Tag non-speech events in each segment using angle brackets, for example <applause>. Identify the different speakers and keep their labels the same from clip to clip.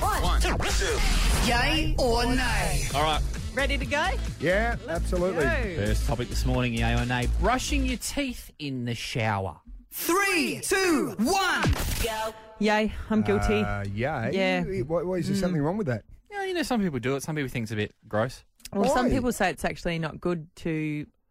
Speaker 1: One, two.
Speaker 2: Yay or nay?
Speaker 3: All right.
Speaker 4: Ready to go?
Speaker 5: Yeah, absolutely.
Speaker 3: First topic this morning, yay or nay? Brushing your teeth in the shower.
Speaker 2: Three, two, one.
Speaker 4: Yay, I'm guilty.
Speaker 5: Uh, yay.
Speaker 4: Yeah. Mm.
Speaker 5: Why, why is there something wrong
Speaker 4: <laughs>
Speaker 5: with that?
Speaker 3: Yeah, you know, some people do it. Some people think it's a bit gross.
Speaker 4: well, some
Speaker 5: why?
Speaker 4: people say it's actually not good to,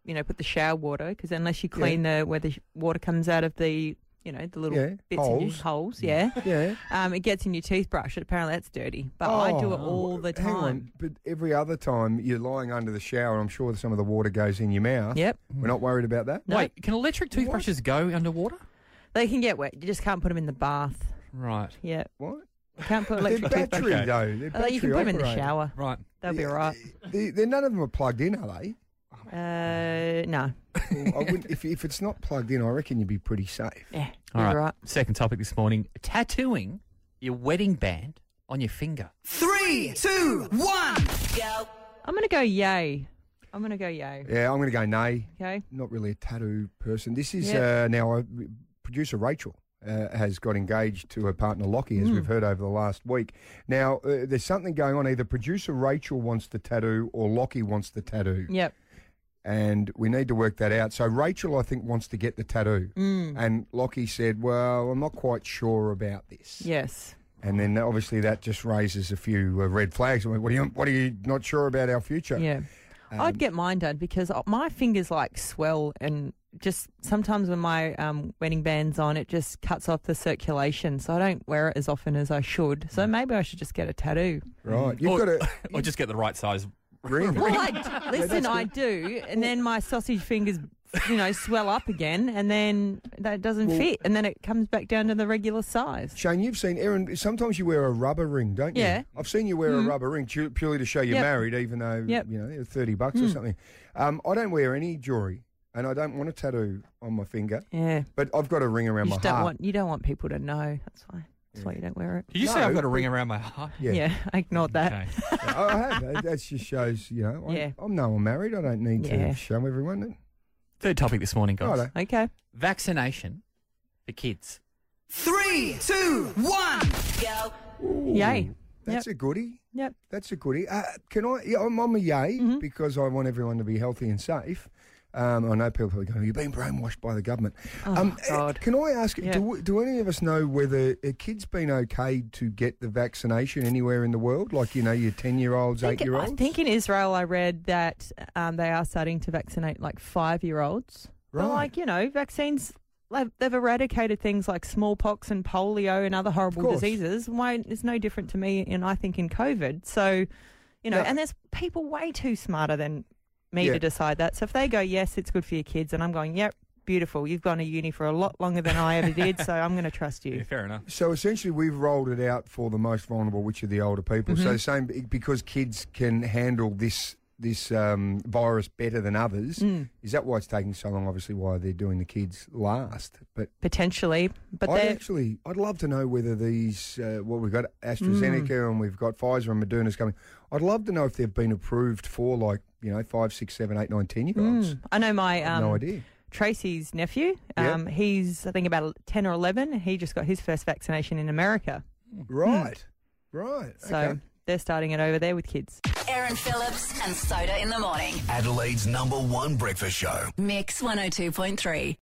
Speaker 4: you know, put the shower water because unless you clean the where the sh- water comes out of the, you know, the little
Speaker 5: Yeah,
Speaker 4: bits in
Speaker 5: holes.
Speaker 4: your holes, yeah.
Speaker 5: Yeah.
Speaker 4: Um, it gets in your toothbrush. Apparently, that's dirty, but I do it
Speaker 5: Oh,
Speaker 4: all the
Speaker 5: Hang
Speaker 4: time.
Speaker 5: on, but every other time you're lying under the shower, I'm sure some of the water goes in your mouth.
Speaker 4: Yep,
Speaker 5: We're not worried about that.
Speaker 4: No.
Speaker 3: Wait, can electric toothbrushes go underwater?
Speaker 4: they can get wet. You just can't put them in the bath.
Speaker 3: Right.
Speaker 4: Yeah,
Speaker 5: What?
Speaker 4: can't put
Speaker 5: <laughs> They're
Speaker 4: electric
Speaker 5: battery
Speaker 4: toothbrush.
Speaker 3: Okay.
Speaker 5: though. They're
Speaker 4: Although
Speaker 5: battery
Speaker 4: you can put them in the
Speaker 5: operated.
Speaker 4: shower.
Speaker 3: Right.
Speaker 4: They'll be all right.
Speaker 5: They- they're- none of them are plugged in,
Speaker 4: <laughs>
Speaker 5: are they?
Speaker 4: Uh, no,
Speaker 5: Well, I wouldn't, if, if it's not plugged in, I reckon you'd be pretty safe.
Speaker 4: yeah,
Speaker 3: All right.
Speaker 4: all right.
Speaker 3: Second topic this morning tattooing your wedding band on your finger.
Speaker 2: Three, two, one.
Speaker 4: I'm gonna go yay. I'm gonna go yay.
Speaker 5: Yeah, I'm going to go nay.
Speaker 4: Okay.
Speaker 5: Not really a tattoo person. This is
Speaker 4: Yeah.
Speaker 5: uh, now uh, producer Rachel. Uh, has got engaged to her partner Lockie, as we've
Speaker 4: Hmm.
Speaker 5: heard over the last week. Now, uh, there's something going on. Either producer Rachel wants the tattoo or Lockie wants the tattoo.
Speaker 4: Yep.
Speaker 5: and we need to work that out. So Rachel, I think, wants to get the tattoo,
Speaker 4: Mm. Hmm.
Speaker 5: and Lockie said, "Well, I'm not quite sure about this."
Speaker 4: Yes.
Speaker 5: And then obviously that just raises a few uh, red flags. I mean, what are you? What are you not sure about our future?
Speaker 4: Yeah. I'd get mine done because uh, my fingers like swell and just sometimes when my um, wedding band's on, it just cuts off the circulation. So I don't wear it as often as I should. So maybe I should just get a tattoo.
Speaker 5: Right. You've
Speaker 3: or,
Speaker 5: got to
Speaker 3: or just get the right size
Speaker 4: <laughs>
Speaker 5: ring.
Speaker 4: Well, <laughs> I, listen, I do. And then my sausage fingers, you know, swell up again and then that doesn't fit. And then it comes back down to the regular size.
Speaker 5: Shane, you've seen Erin. Sometimes you wear a rubber ring, don't you?
Speaker 4: Yeah. Mm-hmm.
Speaker 5: I've seen you wear a rubber ring tu- purely to show you're
Speaker 4: Yep.
Speaker 5: married, even though
Speaker 4: Yep. Hmm.
Speaker 5: you know they're thirty bucks or something. Um, I don't wear any jewelry, and I don't want a tattoo on my finger.
Speaker 4: Yeah.
Speaker 5: But I've got a ring around
Speaker 4: You
Speaker 5: my
Speaker 4: just don't
Speaker 5: heart.
Speaker 4: want, you don't want people to know. That's why. That's why you don't wear it.
Speaker 3: Did you say
Speaker 5: No,
Speaker 3: I've got a
Speaker 5: but-
Speaker 3: ring around my heart?
Speaker 5: Yeah.
Speaker 4: Yeah, <laughs> I ignored that.
Speaker 3: Okay.
Speaker 5: Oh, I have. That- That just shows, you know, I'm,
Speaker 4: Yeah.
Speaker 5: I'm no one married. I don't need
Speaker 4: Yeah.
Speaker 5: to show everyone. that.
Speaker 3: Third topic this morning, guys.
Speaker 5: Righto.
Speaker 4: Okay.
Speaker 3: Vaccination for kids.
Speaker 2: Three, two, one.
Speaker 4: Yay.
Speaker 5: That's a goodie.
Speaker 4: Yep.
Speaker 5: That's a goodie. Uh, can I? Yeah, I'm, I'm a yay
Speaker 4: Mm-hmm.
Speaker 5: because I want everyone to be healthy and safe. Um, I know people are going, you've been brainwashed by the government. um, uh,
Speaker 4: Oh, God.
Speaker 5: Can I ask,
Speaker 4: Yeah.
Speaker 5: do, we- do any of us know whether a kid's been okay to get the vaccination anywhere in the world? Like, you know, your 10 year olds, 8
Speaker 4: think-
Speaker 5: year olds?
Speaker 4: I think in Israel, I read that um, they are starting to vaccinate like five year olds. But
Speaker 5: Right.
Speaker 4: like, you know, vaccines, like, they've eradicated things like smallpox and polio and other horrible
Speaker 5: course.
Speaker 4: diseases. Why it's no different to me, and I think in COVID. So, you know,
Speaker 5: No.
Speaker 4: and there's people way too smarter than me
Speaker 5: Yeah.
Speaker 4: to decide that. So if they go, yes, it's good for your kids, and I'm going, yep, beautiful, you've gone to uni for a lot longer than I ever did, so I'm going to trust
Speaker 5: <laughs>
Speaker 4: you.
Speaker 3: fair enough.
Speaker 5: So essentially, we've rolled it out for the most vulnerable, which are the older people. So
Speaker 4: Mm-hmm.
Speaker 5: the same because kids can handle this this um, virus better than others.
Speaker 4: Mm.
Speaker 5: Is that why it's taking so long? Obviously, why they're doing the kids last. But
Speaker 4: Potentially, but
Speaker 5: I
Speaker 4: they're.
Speaker 5: actually, I'd love to know whether these uh, well, we've got AstraZeneca
Speaker 4: Hmm.
Speaker 5: and we've got Pfizer and Moderna's coming. I'd love to know if they've been approved for like you know five, six, seven, eight, nine, ten year olds.
Speaker 4: Mm, I know my um,
Speaker 5: no idea.
Speaker 4: Tracy's nephew.
Speaker 5: Yeah.
Speaker 4: Um, He's, I think, about 10 or 11. He just got his first vaccination in America.
Speaker 5: Right, right.
Speaker 4: So
Speaker 5: okay.
Speaker 4: they're starting it over there with kids.
Speaker 6: Aaron Phillips and Soda in the morning. oh
Speaker 1: Adelaide's number one breakfast show.
Speaker 6: Mix 102.3.